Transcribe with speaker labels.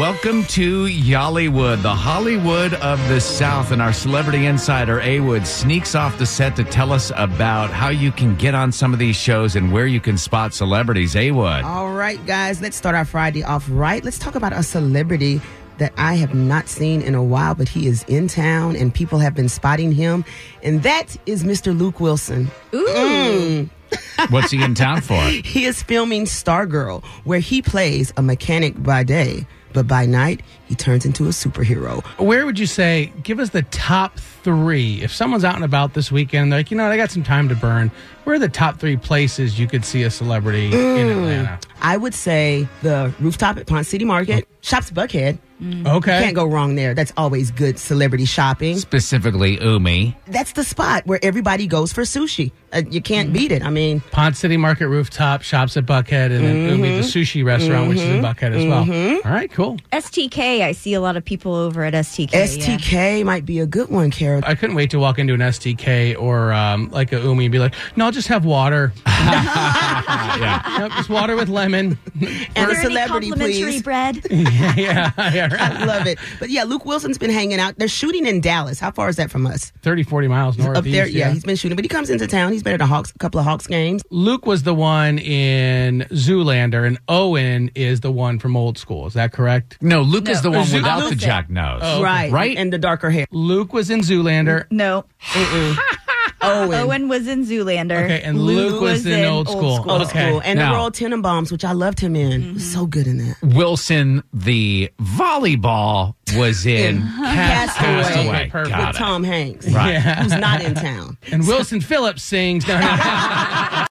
Speaker 1: Welcome to Yollywood, the Hollywood of the South. And our celebrity insider, A Wood, sneaks off the set to tell us about how you can get on some of these shows and where you can spot celebrities. A Wood.
Speaker 2: All right, guys, let's start our Friday off right. Let's talk about a celebrity that I have not seen in a while, but he is in town and people have been spotting him. And that is Mr. Luke Wilson. Mm.
Speaker 3: Ooh.
Speaker 1: What's he in town for?
Speaker 2: He is filming Stargirl, where he plays a mechanic by day, but by night, he turns into a superhero.
Speaker 4: Where would you say, give us the top three? If someone's out and about this weekend, they're like, you know, what, I got some time to burn, where are the top three places you could see a celebrity in Atlanta?
Speaker 2: I would say the rooftop at Pont City Market, Shops Buckhead.
Speaker 4: Okay.
Speaker 2: Mm-hmm. Can't go wrong there. That's always good celebrity shopping.
Speaker 1: Specifically, Umi.
Speaker 2: That's the spot where everybody goes for sushi. Uh, you can't beat it. I mean,
Speaker 4: Pond City Market rooftop, shops at Buckhead, and then
Speaker 2: Mm-hmm.
Speaker 4: Umi, the sushi restaurant, which is in Buckhead as well. All right, cool.
Speaker 3: STK, I see a lot of people over at STK. yeah.
Speaker 2: STK might be a good one, Carol.
Speaker 4: I couldn't wait to walk into an STK or um, like a Umi and be like, no, I'll just have water.
Speaker 1: Yeah.
Speaker 4: Nope, just water with lemon.
Speaker 2: And a
Speaker 3: Is there any
Speaker 2: celebrity,
Speaker 3: complimentary
Speaker 2: please.
Speaker 3: bread?
Speaker 4: yeah, yeah, right.
Speaker 2: I love it. But yeah, Luke Wilson's been hanging out. They're shooting in Dallas. How far is that from us?
Speaker 4: 30, 40 miles northeast.
Speaker 2: Up there, yeah, he's been shooting. But he comes into town. He's been at a Hawks, a couple of Hawks games.
Speaker 4: Luke was the one in Zoolander, and Owen is the one from Old School. Is that correct?
Speaker 1: No, Luke is
Speaker 3: No.
Speaker 1: the one
Speaker 3: Luke-
Speaker 1: without the
Speaker 3: Luke.
Speaker 1: jack nose.
Speaker 2: Right.
Speaker 1: Oh, Right?
Speaker 2: And the darker hair.
Speaker 4: Luke was in Zoolander.
Speaker 3: no.
Speaker 1: Oh,
Speaker 2: Owen.
Speaker 3: Owen was in Zoolander.
Speaker 4: Okay, and Luke, was, in Old School.
Speaker 2: Old
Speaker 4: okay.
Speaker 2: school. And
Speaker 1: Oh, Now- Mm-hmm.
Speaker 2: the Royal Tenenbaums, which I loved him in. He was So good in that.
Speaker 1: Wilson, the volleyball, was in Cast-
Speaker 2: Castaway.
Speaker 1: Castaway.
Speaker 4: Perfect.
Speaker 1: Got
Speaker 2: With
Speaker 1: it.
Speaker 2: Tom Hanks,
Speaker 1: Right.
Speaker 2: who's not in town.
Speaker 4: And Wilson Phillips sings. No, no.